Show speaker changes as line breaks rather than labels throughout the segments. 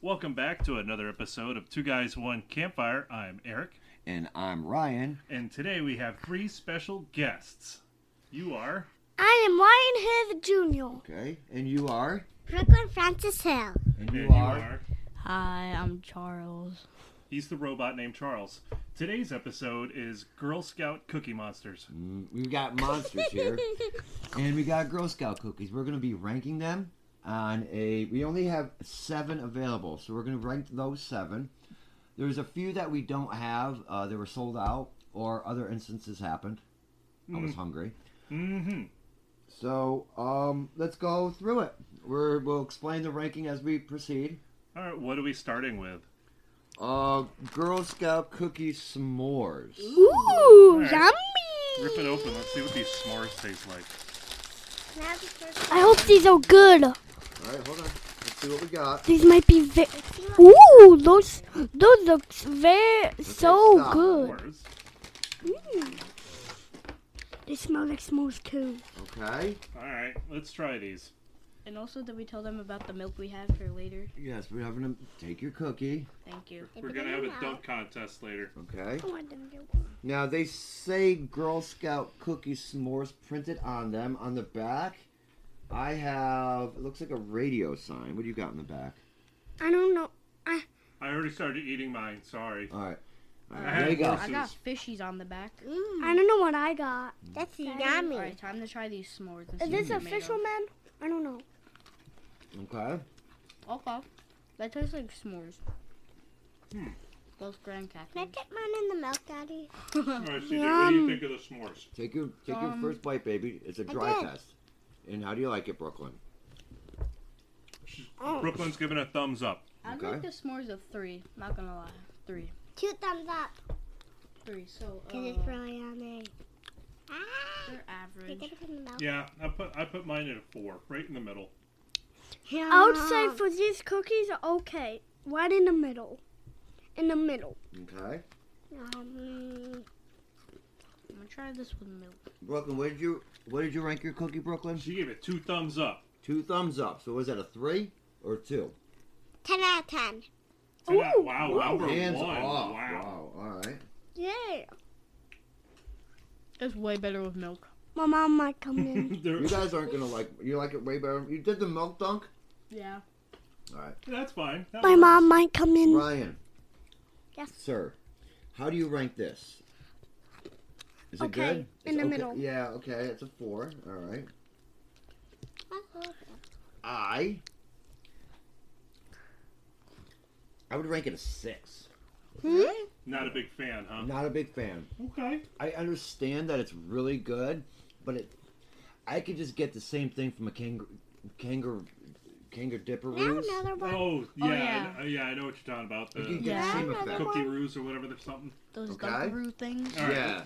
Welcome back to another episode of Two Guys One Campfire. I'm Eric,
And I'm Ryan.
and today we have three special guests. You are
I am Ryan Hill
Okay. And you are?
Jr. Brooklyn Francis Hill.
And
and
Hi, I'm Charles.
He's the robot named Charles. Today's episode is Girl Scout Cookie Monsters.
Mm, We've got monsters here. and we got Girl Scout cookies. We're going to be ranking them on a. We only have seven available, so we're going to rank those seven. There's a few that we don't have. Uh, they were sold out, or other instances happened. I was hungry.
Mm-hmm.
So um, let's go through it. We're, we'll explain the ranking as we proceed.
All right, what are we starting with?
Uh, Girl Scout cookie s'mores.
Ooh,
Alright.
yummy!
Rip it open. Let's see what these s'mores taste like.
I hope these are good.
All right, hold on. Let's see what we got.
These might be very. Ooh, those those look very so
stop.
good. Mm.
S'mores.
They smell like s'mores too.
Okay.
All right, let's try these.
And also, did we tell them about the milk we have for later?
Yes, we're having to take your cookie.
Thank you.
We're gonna have a dunk contest later.
Okay.
I want them to get one.
Now they say Girl Scout cookie s'mores printed on them. On the back, I have it looks like a radio sign. What do you got in the back?
I don't know.
I already started eating mine. Sorry.
All right. All
I
right.
had
There you go.
this.
I got fishies on the back.
I don't know what I got.
That's
All
yummy.
right, time to try these s'mores. and
Is
see what
this a
they're made of.
fisherman? I don't know.
Okay.
Okay. That tastes like s'mores.
Hmm.
Those grand
Can I
cactus.
get mine in the milk, Daddy?
All right, CJ, what do you
Yum.
think of the s'mores?
Take your take
Um,
your first bite, baby. It's a dry
did.
test. And how do you like it, Brooklyn?
Mm.
Brooklyn's giving a thumbs up.
I'd
Okay.
like the s'mores of three. Not gonna lie, three,
Two thumbs up.
three. So uh,
Oh.
Because it's really yummy. Ah,
they're
you get
average.
it in the milk.
Yeah, I put I put mine at a four, right in the middle.
I would say for these cookies are okay. Right in the middle. In the middle.
Okay.
Yum.
I'm gonna try this with milk.
Brooklyn, what did you what did you rank your cookie, Brooklyn?
She gave it two thumbs up.
Two thumbs up. So was that a three or two?
Ten out of ten.
So that-
Ooh,
wow,
ooh.
number
Hands
one.
off.
Wow.
Wow. All right.
Yeah.
It's way better with milk.
My mom might come in.
There-
You guys aren't gonna like. You like it way better. You did the milk dunk.
Yeah.
All right,
that's fine. That
My
works.
mom might come in.
Ryan.
Yes.
Sir, how do you rank this? Is it
Okay,
good?
in the
okay-
middle.
Yeah. Okay. It's a four. All right.
That's good.
I. I would rank it a six.
Hmm?
Not a big fan, huh?
I'm not a big fan.
Okay.
I understand that it's really good, but it. I could just get the same thing from a kangaroo, kangaroo, kangaroo
Now
dipperoos.
another one.
Oh yeah,
yeah.
I, uh, yeah. I know what you're talking about.
You can
The
get the
Yeah.
same
Now
effect.
another
cookie roos or whatever. There's something.
Those
Okay.
dunkaroo things.
All right.
Yeah.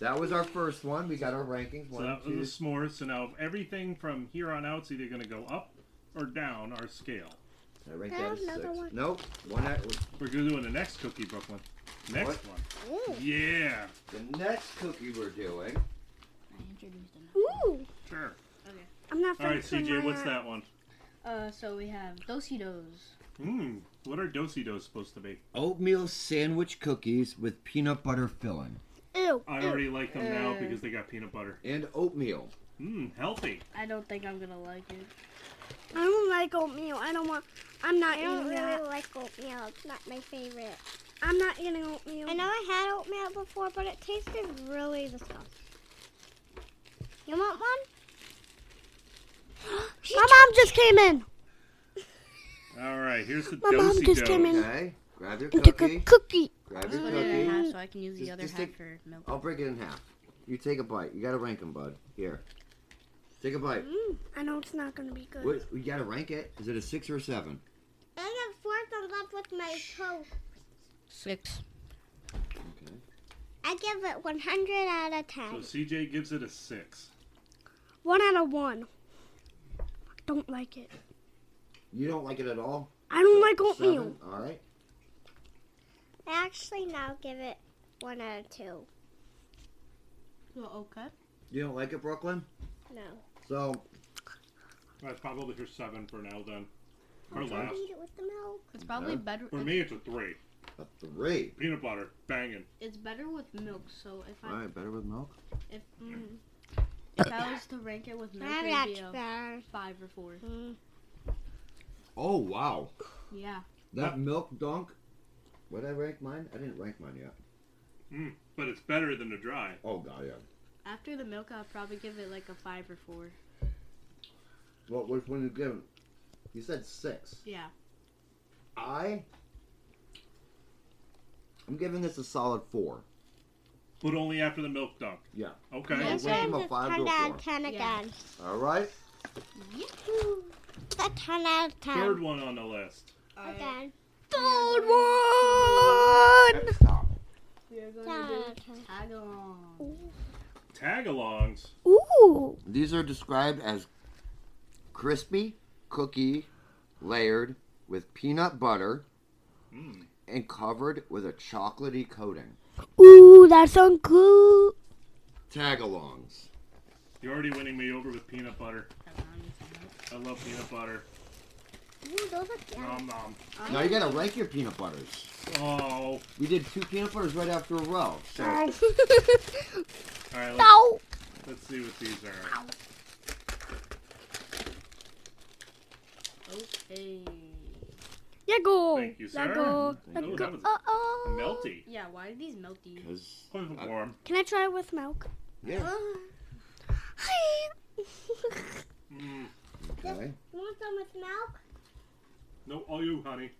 That was our first one. We got our rankings.
So
One,
that
two,
was the s'mores. So now everything from here on out's either gonna go up or down our scale.
I ranked
I
that
have
as six.
another one.
Nope. One at,
We're gonna do the next cookie, Brooklyn. Next one.
Ooh.
Yeah.
the next cookie we're doing.
I introduced them.
Ooh.
Sure.
I'm not
All right,
French, so
CJ.
my-
What's that one?
Uh, so we have Dosidos.
Hmm. What are dosey dos supposed to be?
Oatmeal sandwich cookies with peanut butter filling.
Ew.
I
ew.
already like them now
Uh.
because they got peanut butter.
And oatmeal.
Mmm, healthy.
I don't think I'm gonna like it.
I don't like oatmeal. I don't want. I'm not
I
eating
don't really
that.
like oatmeal. It's not my favorite.
I'm not eating oatmeal.
I know I had oatmeal before, but it tasted really disgusting. You want one?
My mom just came in.
All right, here's the
My mom
dosey
just came
dos.
in.
Okay. Grab your
And took a
cookie.
cookie.
Grab your
Split it in
cookie.
half so I can use the
Just-
other
just
half
take-
for milk.
I'll break it in half. You take a bite. You gotta rank them, bud. Here. Take a bite.
Mm, I know it's not gonna be good.
What, you gotta rank it. Is it a six or a seven?
I have four thumbs up with my toast.
Six.
Okay.
I give it 100 out of
So
10.
CJ gives it a six.
One out of one. I don't like it.
You don't like it at all?
I don't like oatmeal.
Seven. All right.
I actually now give it one out of two.
Well, okay.
You don't like it, Brooklyn?
No.
So
That's probably her seven for now. Then Or
I'll try to
last.
eat it with the milk.
It's probably
Yeah.
better.
For me, it's a three.
A three.
Peanut butter, banging.
It's better with milk. So if
All
I
right, better with milk.
if mm, if I was to rank it with milk, it'd be a
better.
five or four.
Mm.
Oh wow,
Yeah.
that milk dunk. What did I rank mine? I didn't rank mine yet.
But it's better than the dry.
Oh god, yeah.
After the milk, I'll probably give it like a five or four.
What which one you giving? You said six.
Yeah.
I. I'm giving this a solid four.
But only after the milk dunk.
Yeah.
Okay.
Yeah.
This
went
one
from a
is
five to a
10 out
four.
of 10
Yeah.
again.
All right.
It's a 10 out of 10.
Third one on the list.
Again.
Third one.
Stop.
We are going
10 out
to
of 10.
do tag along.
Tagalongs.
Ooh.
These are described as crispy cookie layered with peanut butter Hmm.
Mm.
and covered with a chocolatey coating.
Ooh, that sounds good.
Tagalongs.
You're already winning me over with peanut butter.
Tag along with some milk.
I love peanut butter.
Ooh, those are good.
Nom nom.
Now you gotta rank your peanut butters.
Oh. All
We did two peanut butters right after a row. So
oh. right. Let's,
no.
let's see what these are.
Okay.
Yeah, go.
Thank you,
Yeah,
sir.
go.
Ooh,
Yeah,
that
go.
was
Uh oh.
melty.
Yeah. Why are these melty?
because
Oh, it's warm.
Can I try it with milk?
yeah.
Mm.
Okay.
You want some with milk?
No, all you, honey.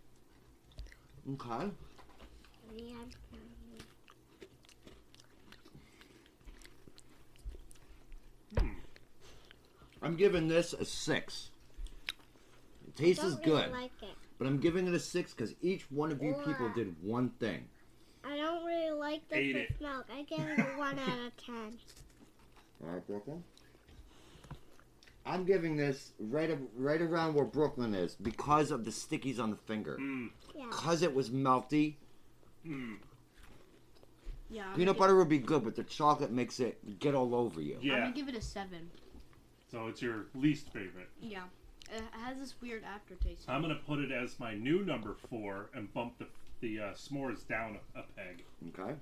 Okay.
Yeah.
I'm giving this a six. It tastes
Don't
as
really
good,
like it.
but I'm giving it a six because each one of you people
Ugh.
did one thing.
I don't really like this
Ate
with
it.
milk. I give it a 1 out of 10.
All right, Brooklyn. I'm giving this right ab- right around where Brooklyn is because of the stickies on the finger.
Mm.
Yeah.
Because it was melty,
Mm.
Yeah. I'm
peanut
gonna
butter would be good, but the chocolate makes it get all over you.
give- I'm
Yeah.
gonna give it a seven.
So it's your least favorite.
Yeah. It has this weird aftertaste.
I'm gonna put it as my new number four and bump the the uh, s'mores down a peg.
Okay.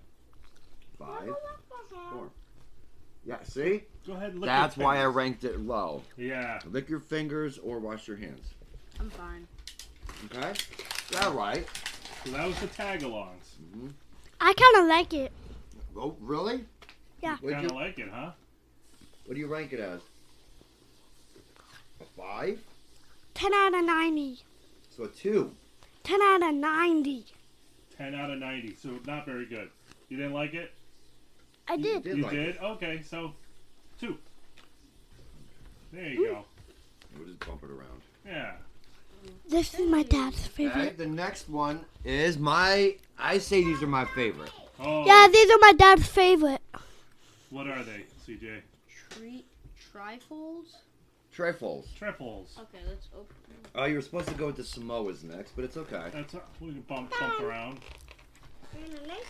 Five, four. Yeah, see?
Go ahead. And lick
That's
your
why I
fingers.
ranked it low.
Yeah.
Lick your fingers or wash your hands.
I'm fine.
Okay? All right.
So that was the tagalongs.
I kind of like it.
Oh, really?
Yeah.
What'd
Kind of
you-
like it, huh?
what do you rank it as? A five?
10 out of 90.
So a two.
10 out of 90.
Ten out of ninety. So not very good. You didn't like it.
I
You
did.
did
you
like
did.
it.
Okay. So two. There you go.
We'll just bump it around.
Yeah.
This is my dad's favorite.
Alright, the next one is my. I say these are my favorite.
Oh.
Yeah, these are my dad's favorite.
What are they, CJ?
Treat trifolds.
Trifles.
Triples.
Okay, let's open.
Oh, you were supposed to go with the Samoas next, but it's okay.
That's uh, we can bump bump around.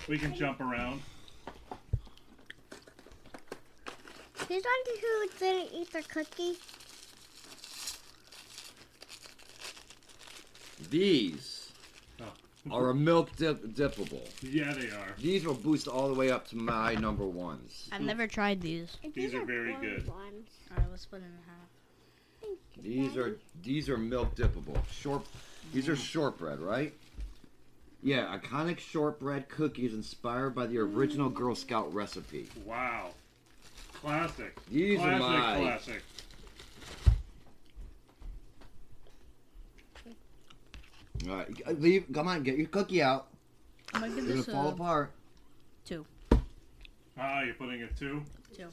We can jump around.
These ones who didn't eat their cookies.
These
Oh.
are a milk dip- dippable.
Yeah, they are.
These will boost all the way up to my number ones.
I've never tried these.
These are very
orange
good.
Ones.
All right, let's put it in half.
These are these are milk dippable. Short these are shortbread, right? Yeah, iconic shortbread cookies inspired by the original Girl Scout recipe.
Wow. Classic.
These are
classic.
my-
Classic.
All right, leave. Come on, get your cookie out.
I'm gonna give
It's gonna
this uh,
fall
a
apart.
Ah, you're putting it two.
two.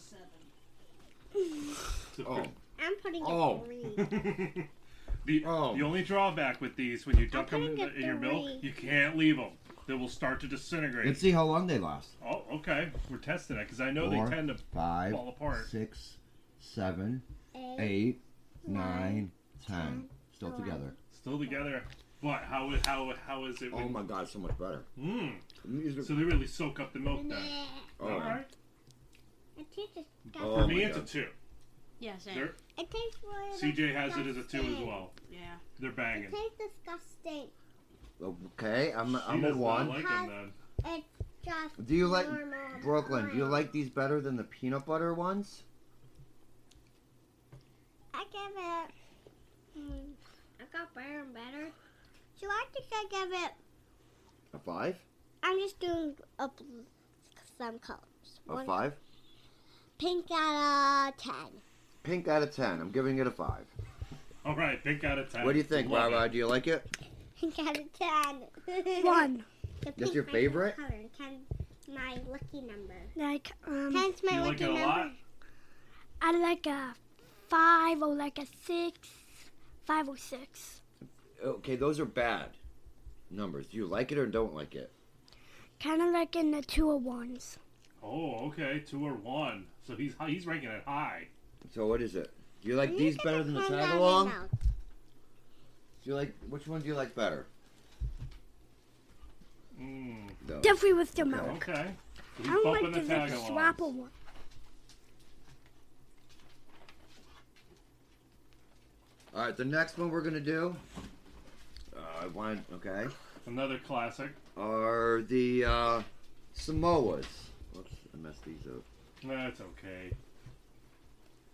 Oh,
I'm putting
Oh.
a 3.
the,
Oh.
the only drawback with these, when you dunk them in,
putting
the,
a
in your milk,
three.
you can't leave them. They will start to disintegrate.
let's see how long they last.
oh, okay. We're testing it because I know
Four,
they tend to
Five,
fall apart.
six, seven,
Eight.
eight, nine, ten. Still together.
Still together. But how i- how how is it?
Oh
When,
my god, so much better.
mm,
These are-
so they really soak up the milk then.
Nah.
oh.
All right.
It tastes
Oh
For
disgusting.
me,
my
it's a
God.
two.
Yeah, same.
They're-
It tastes really
CJ has it as a two as
disgusting.
well.
yeah.
They're
It
banging.
tastes disgusting.
Okay, I'm,
She
I'm a
does
one.
not like them then.
Just
do you like
normal
Brooklyn? Do you
brown.
like these better than the peanut butter ones?
I give it. mm, I got better and better. So I think I give it.
A five?
I'm just doing up some colors.
A
One
five?
Pink out of ten.
Pink out of ten. I'm giving it a five.
All right, pink out of ten.
What do you think,
Love
Barbara?
it.
Do you like it?
Pink out of ten.
One.
The
That's your
pink
favorite?
Color. and Ten, my lucky number.
Like um,
Ten's my
You like
lucky
it a
number.
lot?
I like a five or like a six, five or six.
Okay, those are bad numbers. Do you like it or don't like it?
Kind of like in the two or ones.
Oh, okay, two or one. So he's he's ranking it high.
So what is it? Do you like
You
these
get
better than the
one out of my
tagalong?
mouth.
Do you like which one do you like better?
Mm,
Those.
Definitely with the
Okay.
milk.
okay. So he's
I don't
bumping
like the
the
like,
tag along.
swapper one.
All right, the next one we're gonna do. Uh, I want okay.
Another classic.
Are the uh, Samoas? Oops, I messed these up.
That's okay.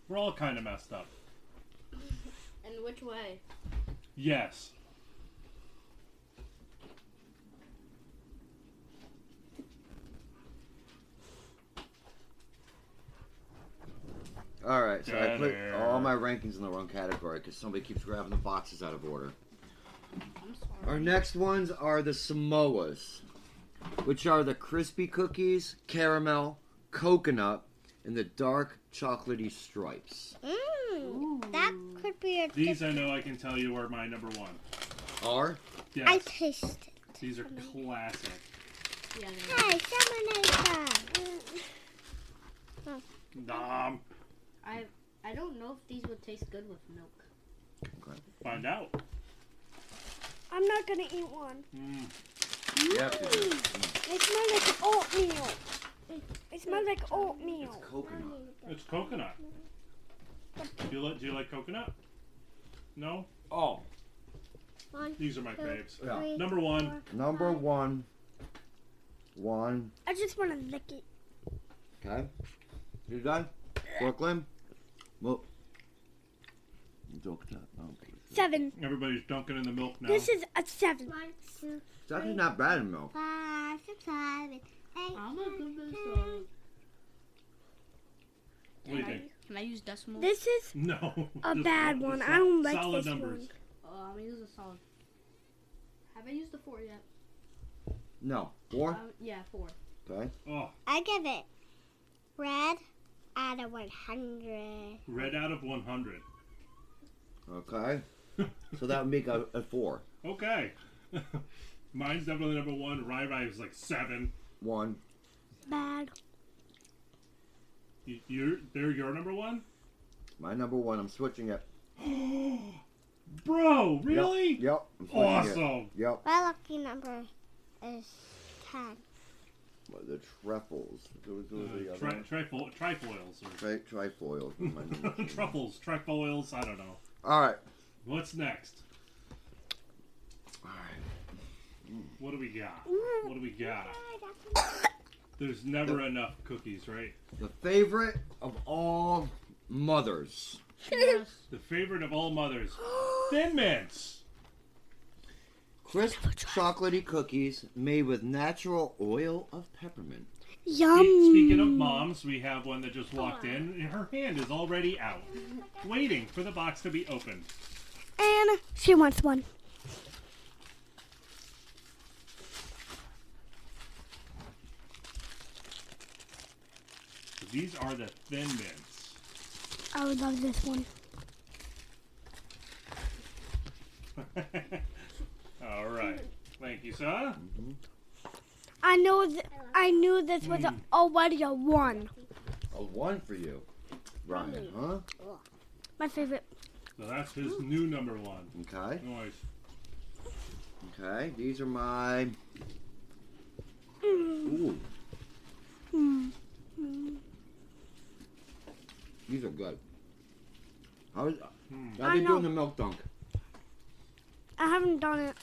We're all kind of messed up.
And which way?
Yes.
All right, so I put
Dinner.
all my rankings in the wrong category because somebody keeps grabbing the boxes out of order.
I'm sorry.
Our next ones are the Samoas, which are the crispy cookies, caramel, coconut, and the dark chocolatey stripes.
Mm, that could be a.
These
different-
I know I can tell you are my number one.
Are
Yes.
I tasted.
These are classic.
Yeah, they are.
Hey, someone
Nom.
I I don't know if these would taste good with milk.
Find out.
I'm not gonna eat one.
Mm.
yeah, it's
It smells like oatmeal. It smells like oatmeal.
coconut.
It's coconut. Do you, like, do you like coconut? No?
Oh,
One,
These are my faves.
Yeah.
three,
Number one,
number one, one.
I just wanna lick it.
Okay, you done? Brooklyn. Well, Doctor, okay.
Seven.
everybody's dunking in the milk now.
This is a seven.
one, two,
It's actually not bad in milk.
five, six, seven, eight,
I'm gonna give this
nine,
uh,
what do you
can, I,
think?
can I use decimal?
This is
No.
a
Just-
bad
just
one.
sol-
I don't like
solid
this
numbers.
one.
Oh, I'm gonna use a solid. Have I used the four yet?
No, four.
Um, yeah, four.
Okay.
Oh,
I give it red out of 100.
red out of 100.
Okay. So that would make a, a four.
Okay. Mine's definitely number one. Rai Rai is like seven.
One.
Bad.
You, you're, they're your number one?
My number one. I'm switching it.
Bro,
Yep,
really?
Yep. I'm switching It.
Awesome.
Yep.
My lucky number is 10.
Well, The treffles. Those, those are the
Uh,
other
tri-
ones.
trifo- trifoils. Or
Tri- trifoils. are my number two.
truffles, trifoils, I don't know.
All right.
What's next?
All right.
What do we got? What do we
Oh,
got? There's never enough cookies, right?
The favorite of all mothers.
Yes.
The favorite of all mothers, Thin Mints.
Crisp chocolatey cookies made with natural oil of peppermint.
Yum.
Um,
Spe- Speaking of moms, we have one that just walked in. Her hand is already out, waiting for the box to be opened.
And she wants one.
These are the Thin Mints.
I would love this one.
all right. Thank you, sir.
I know. Th- I knew this was
Mm.
already a one.
A one for you, Ryan. Huh?
My favorite.
So that's his new number one. Oh,
Okay.
Noise.
Okay. These are my. Ooh,
Mm. Hmm.
these are good. I was,
Hmm.
I've
I
been
know.
doing the milk dunk.
I haven't done it.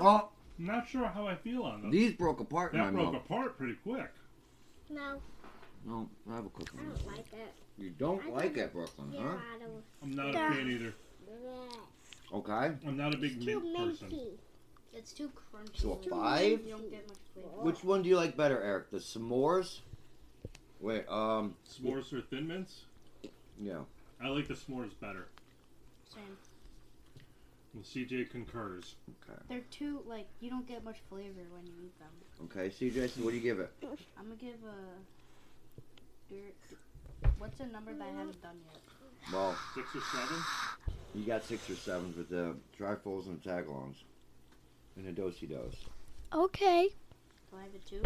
Oh,
I'm not sure how I feel on those.
these broke apart in my
That broke
mouth.
apart pretty quick.
No,
No, I have a cookie.
I don't like it.
You don't
Oh. I
like
don't-
it, Brooklyn,
Yeah,
huh?
I don't.
I'm not
Yeah.
a fan either.
bleh.
Okay.
I'm not a big
Too
mint person.
minty.
It's too crunchy.
So a five?
You don't get much flavor.
Which one do you like better, Eric? The s'mores? Wait, um,
S'mores or thin mints?
yeah.
I like the s'mores better.
Same.
Well, CJ concurs.
They're too like you don't get much flavor when you eat them.
Okay, CJ, so what do you give it?
I'm gonna give a. dir- What's a number that I haven't done yet?
Well,
Six or seven?
you got six or sevens with the trifolds and the tagalongs. And the dosey dos.
Okay,
Do I have a two?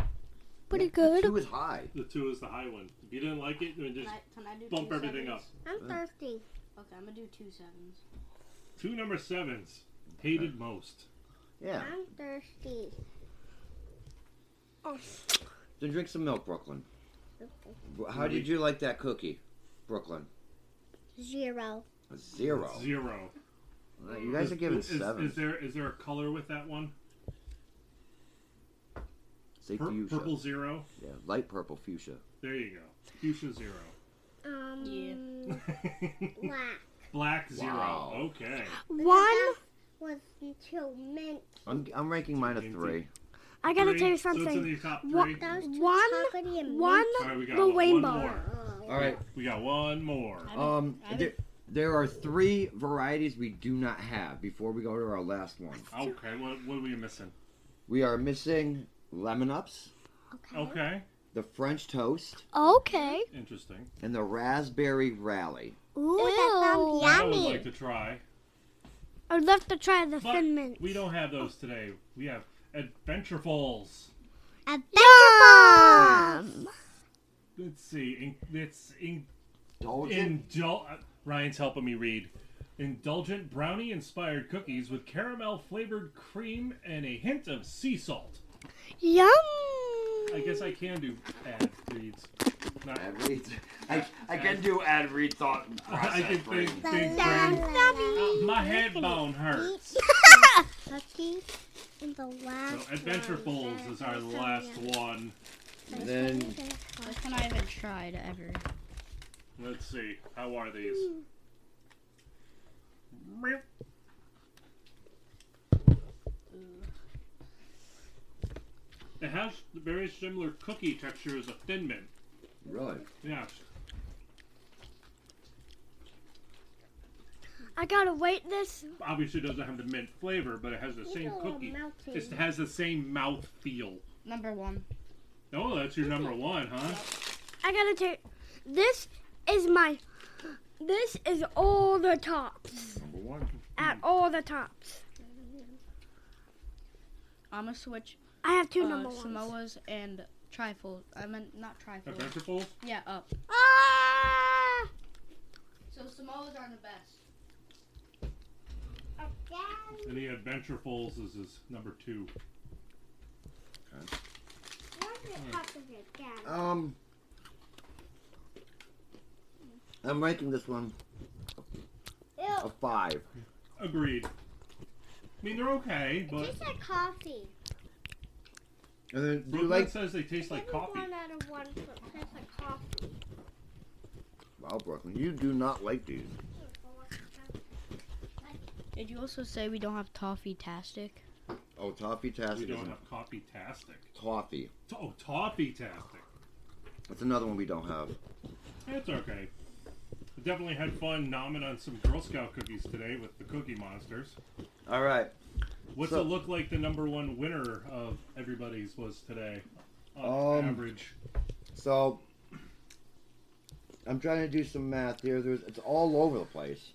pretty
The
good.
Two is high.
The two is the high one. If you didn't like it, then
Can
just
I, can I do
bump
two
everything
sevens?
I'm thirsty.
Okay, I'm gonna do two sevens.
two number sevens. Hated most.
Yeah.
I'm thirsty.
Then drink some milk, Brooklyn.
Okay.
Bro- How did you like that cookie, Brooklyn?
Zero.
A zero.
Zero.
Uh, You guys
Is-
are giving
is, Is
sevens.
there is there a color with that one?
Say
Pur-
fuchsia.
purple zero.
Yeah, light purple fuchsia.
There you go. Fuchsia zero.
Um.
Yeah.
Black
Black zero.
Wow.
Okay.
One.
was too mint.
I'm, I'm ranking mine a three.
I gotta
Three.
tell you
So it's in
something.
the top three.
What-
That was too
One,
chocolatey and
One
mint.
All right, we got one, one
rainbow.
more.
Oh,
All right,
We got one more.
I haven't-
Um,
I haven't-
there, there are three varieties we do not have before we go to our last one.
Okay. What, what are we missing?
We are missing lemon ups,
Okay.
the French toast,
Okay.
Interesting.
and the raspberry rally.
Ooh, that sounds
I
Ew.
would
yummy.
like to try.
I'd love to try the
But
thin mint.
we don't have those today. We have Adventurefuls.
Yum.
Let's see. In, it's in,
Told you.
indul- uh, Ryan's helping me read. Indulgent brownie inspired cookies with caramel flavored cream and a hint of sea salt.
Yum.
I guess I can do ad reads. Not,
Ad read. I, I can do ad read thought
I
process.
did big,
brain.
big brain. Uh, my head bone hurts.
Cookies in the
So
last.
Adventurefuls is our last one.
And then
This one I haven't tried ever.
Let's see. How are these? It has very similar cookie texture as a Thin Mint.
really,
Yes.
I gotta wait this.
Obviously, it doesn't have the mint flavor, but it has the same cookie. It has the same mouth feel.
Number one.
Oh, that's your number one, huh?
I gotta tell. This is my. This is all the tops.
number one.
At all the tops.
I'm gonna switch
I have two
uh,
number ones.
Samoas and trifle. I meant not trifle.
Adventurefuls?
Yeah, up.
Ah!
So Samoas are the best.
And the Adventurefuls is his number two. Hmm.
Um, I'm ranking this one a five.
Agreed. I mean, they're okay, but
Tastes like coffee.
And then do you
Brooklyn
like?
says they taste like coffee.
One out of one. so it tastes like coffee.
Wow, Brooklyn, you do not like these.
Did you also say we don't have toffee tastic?
Oh, toffee
We
tastic
don't
isn't
have coffee tastic.
toffee.
Oh, toffee tastic.
That's another one we don't have.
It's okay. I definitely had fun nomming on some Girl Scout cookies today with the Cookie Monsters.
All right.
What's
So-
it look like the number one winner of everybody's was today? On
Um,
average.
So I'm trying to do some math here. There's it's all over the place.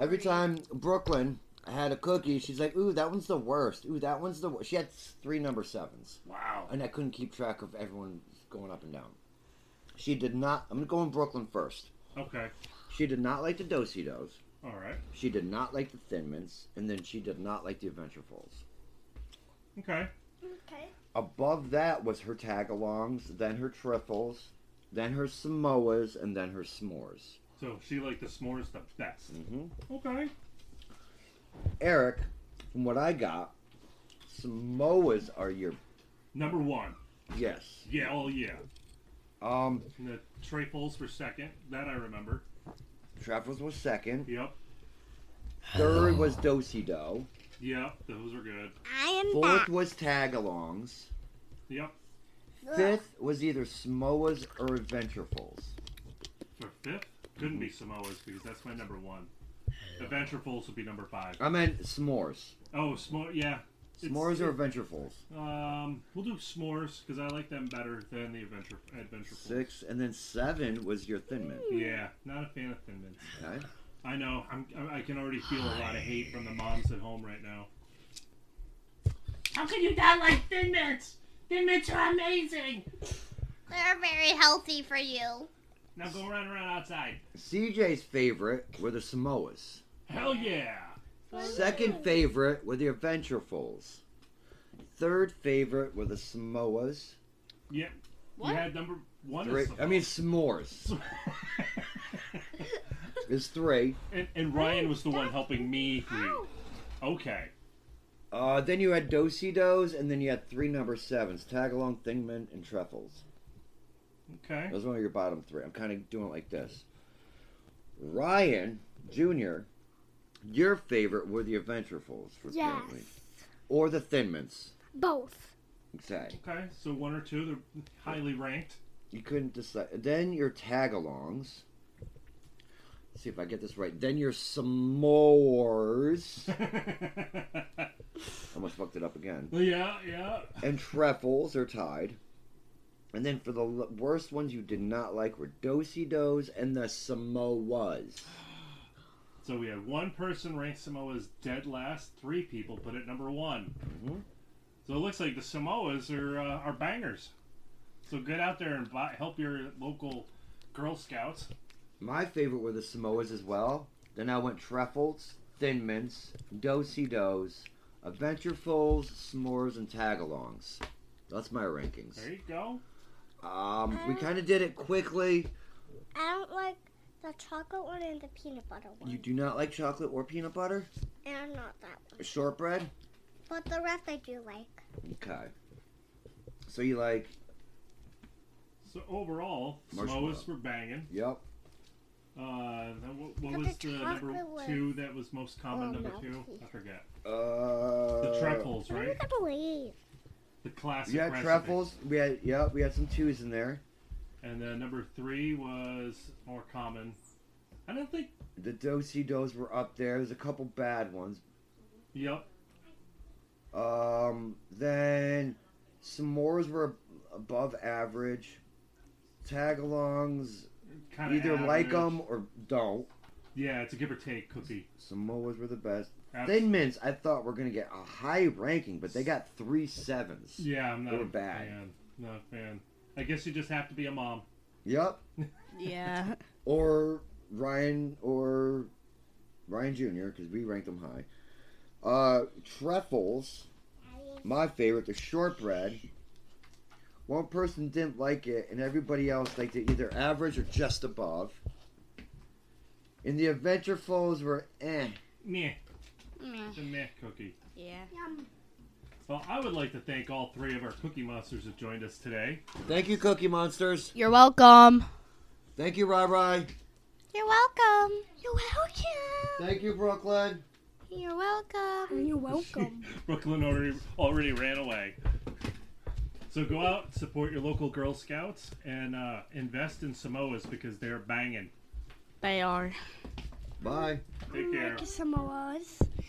Every time Brooklyn had a cookie, she's like, "Ooh, that one's the worst. Ooh, that one's the worst." She had three number sevens,
Wow.
and I couldn't keep track of everyone going up and down. She did not. I'm gonna go in Brooklyn first.
Okay.
She did not like the Dosidos.
All right.
She did not like the Thin Mints, and then she did not like the Adventure Folds.
Okay.
Okay.
Above that was her tagalongs, then her trifles, then her Samoas, and then her s'mores.
So she liked the s'mores the best.
Mm-hmm.
Okay.
Eric, from what I got, Samoas are your
Number one.
yes.
Yeah, oh yeah.
Um,
And the trifles for second. That I remember.
Truffles was second.
Yep.
Third was Dosi Do.
Yep. Those are good.
I am
Fourth
back.
was Tagalongs.
Yep.
Fifth was either Samoas or Adventurefuls.
For fifth, couldn't be Samoa's because that's my number one. Adventurefuls would be number five.
I meant s'mores.
Oh, s'more. Yeah. It's-
S'mores or Adventurefuls.
Um, we'll do s'mores because I like them better than the adventure adventurefuls.
Six, and then seven was your Thin Mint.
Yeah, not a fan of Thin Mints.
Okay.
I know. I'm, I I can already feel a lot of hate from the moms at home right now. How can you not like Thin Mints? Thin Mints are amazing.
They're very healthy for you.
Now go run around outside.
CJ's favorite were the Samoas.
Hell yeah.
Second favorite were the Adventurefuls. Third favorite were the Samoas.
Yep.
What?
You had number one. is
Three, I mean
Samoas.
s'mores is three.
and, and Ryan was the one helping me read. Okay.
Uh, then you had Dosi Dos, and then you had three number sevens: Tagalong, Thingman, and Truffles.
Okay.
Those were your bottom three. I'm kind of doing it like this. Ryan Jr., your favorite were the Adventurefuls for
Yes.
apparently, or the Thinmans.
Both.
Exactly.
Okay. So one or two, they're highly ranked.
You couldn't decide. Then your tagalongs. Let's see if I get this right. Then your s'mores. Almost fucked it up again.
yeah, yeah.
And treffles are tied. And then for the l- worst ones you did not like were dosi dos and the Samoas.
So we had one person rank Samoa's dead last. Three people put it number one.
Mhm.
So it looks like the Samoas are uh, are bangers. So get out there and buy, help your local Girl Scouts.
My favorite were the Samoas as well. Then I went treffles, thin mints, dosi dos, adventurefuls, s'mores, and tagalongs. That's my rankings.
There you go.
Um, we kind of did it quickly.
I don't like the chocolate one and the peanut butter one.
You do not like chocolate or peanut butter?
And not that one.
Shortbread?
But the rest I do like.
Okay. So you like,
So overall,
Marshmallow.
Samoas were banging.
yep.
Uh, then what, what
But
was
the
the number
chocolate was-
two that was most common?
Oh,
number
no.
two, I forget.
Uh,
The treffles,
I
right?
don't believe.
The classic.
Yeah,
recipe.
treffles. We had, yep, we had some twos in there.
And then number three was more common. I don't think.
The dosi dos were up there. There's a couple bad ones.
Yep.
Um, then s'mores were above average. Tagalongs,
Kind of
either like 'em like them or don't.
Yeah, it's a give or take cookie.
Samoas were the best.
Abs-
Thin mints, I thought were gonna get a high ranking, but they got three sevens.
Yeah, I'm not
They were
a
bad.
fan. Not a fan. I guess you just have to be a mom.
Yep.
Yeah.
or Ryan or Ryan Jr. because we ranked them high. Uh, treffles, my favorite, the shortbread. One person didn't like it, and everybody else liked it either average or just above. And the adventure foes were eh.
Meh.
Meh.
It's a meh cookie.
Yeah.
Yum.
Well, I would like to thank all three of our Cookie Monsters that joined us today.
Thank you, Cookie Monsters.
You're welcome.
Thank you, Rai Rai.
You're welcome. You're welcome.
Thank you, Brooklyn.
You're welcome.
You're welcome.
Brooklyn already already ran away. So go out, support your local Girl Scouts, and uh, invest in Samoas because they're banging.
They are.
Bye.
Mm,
Take care.
Samoas.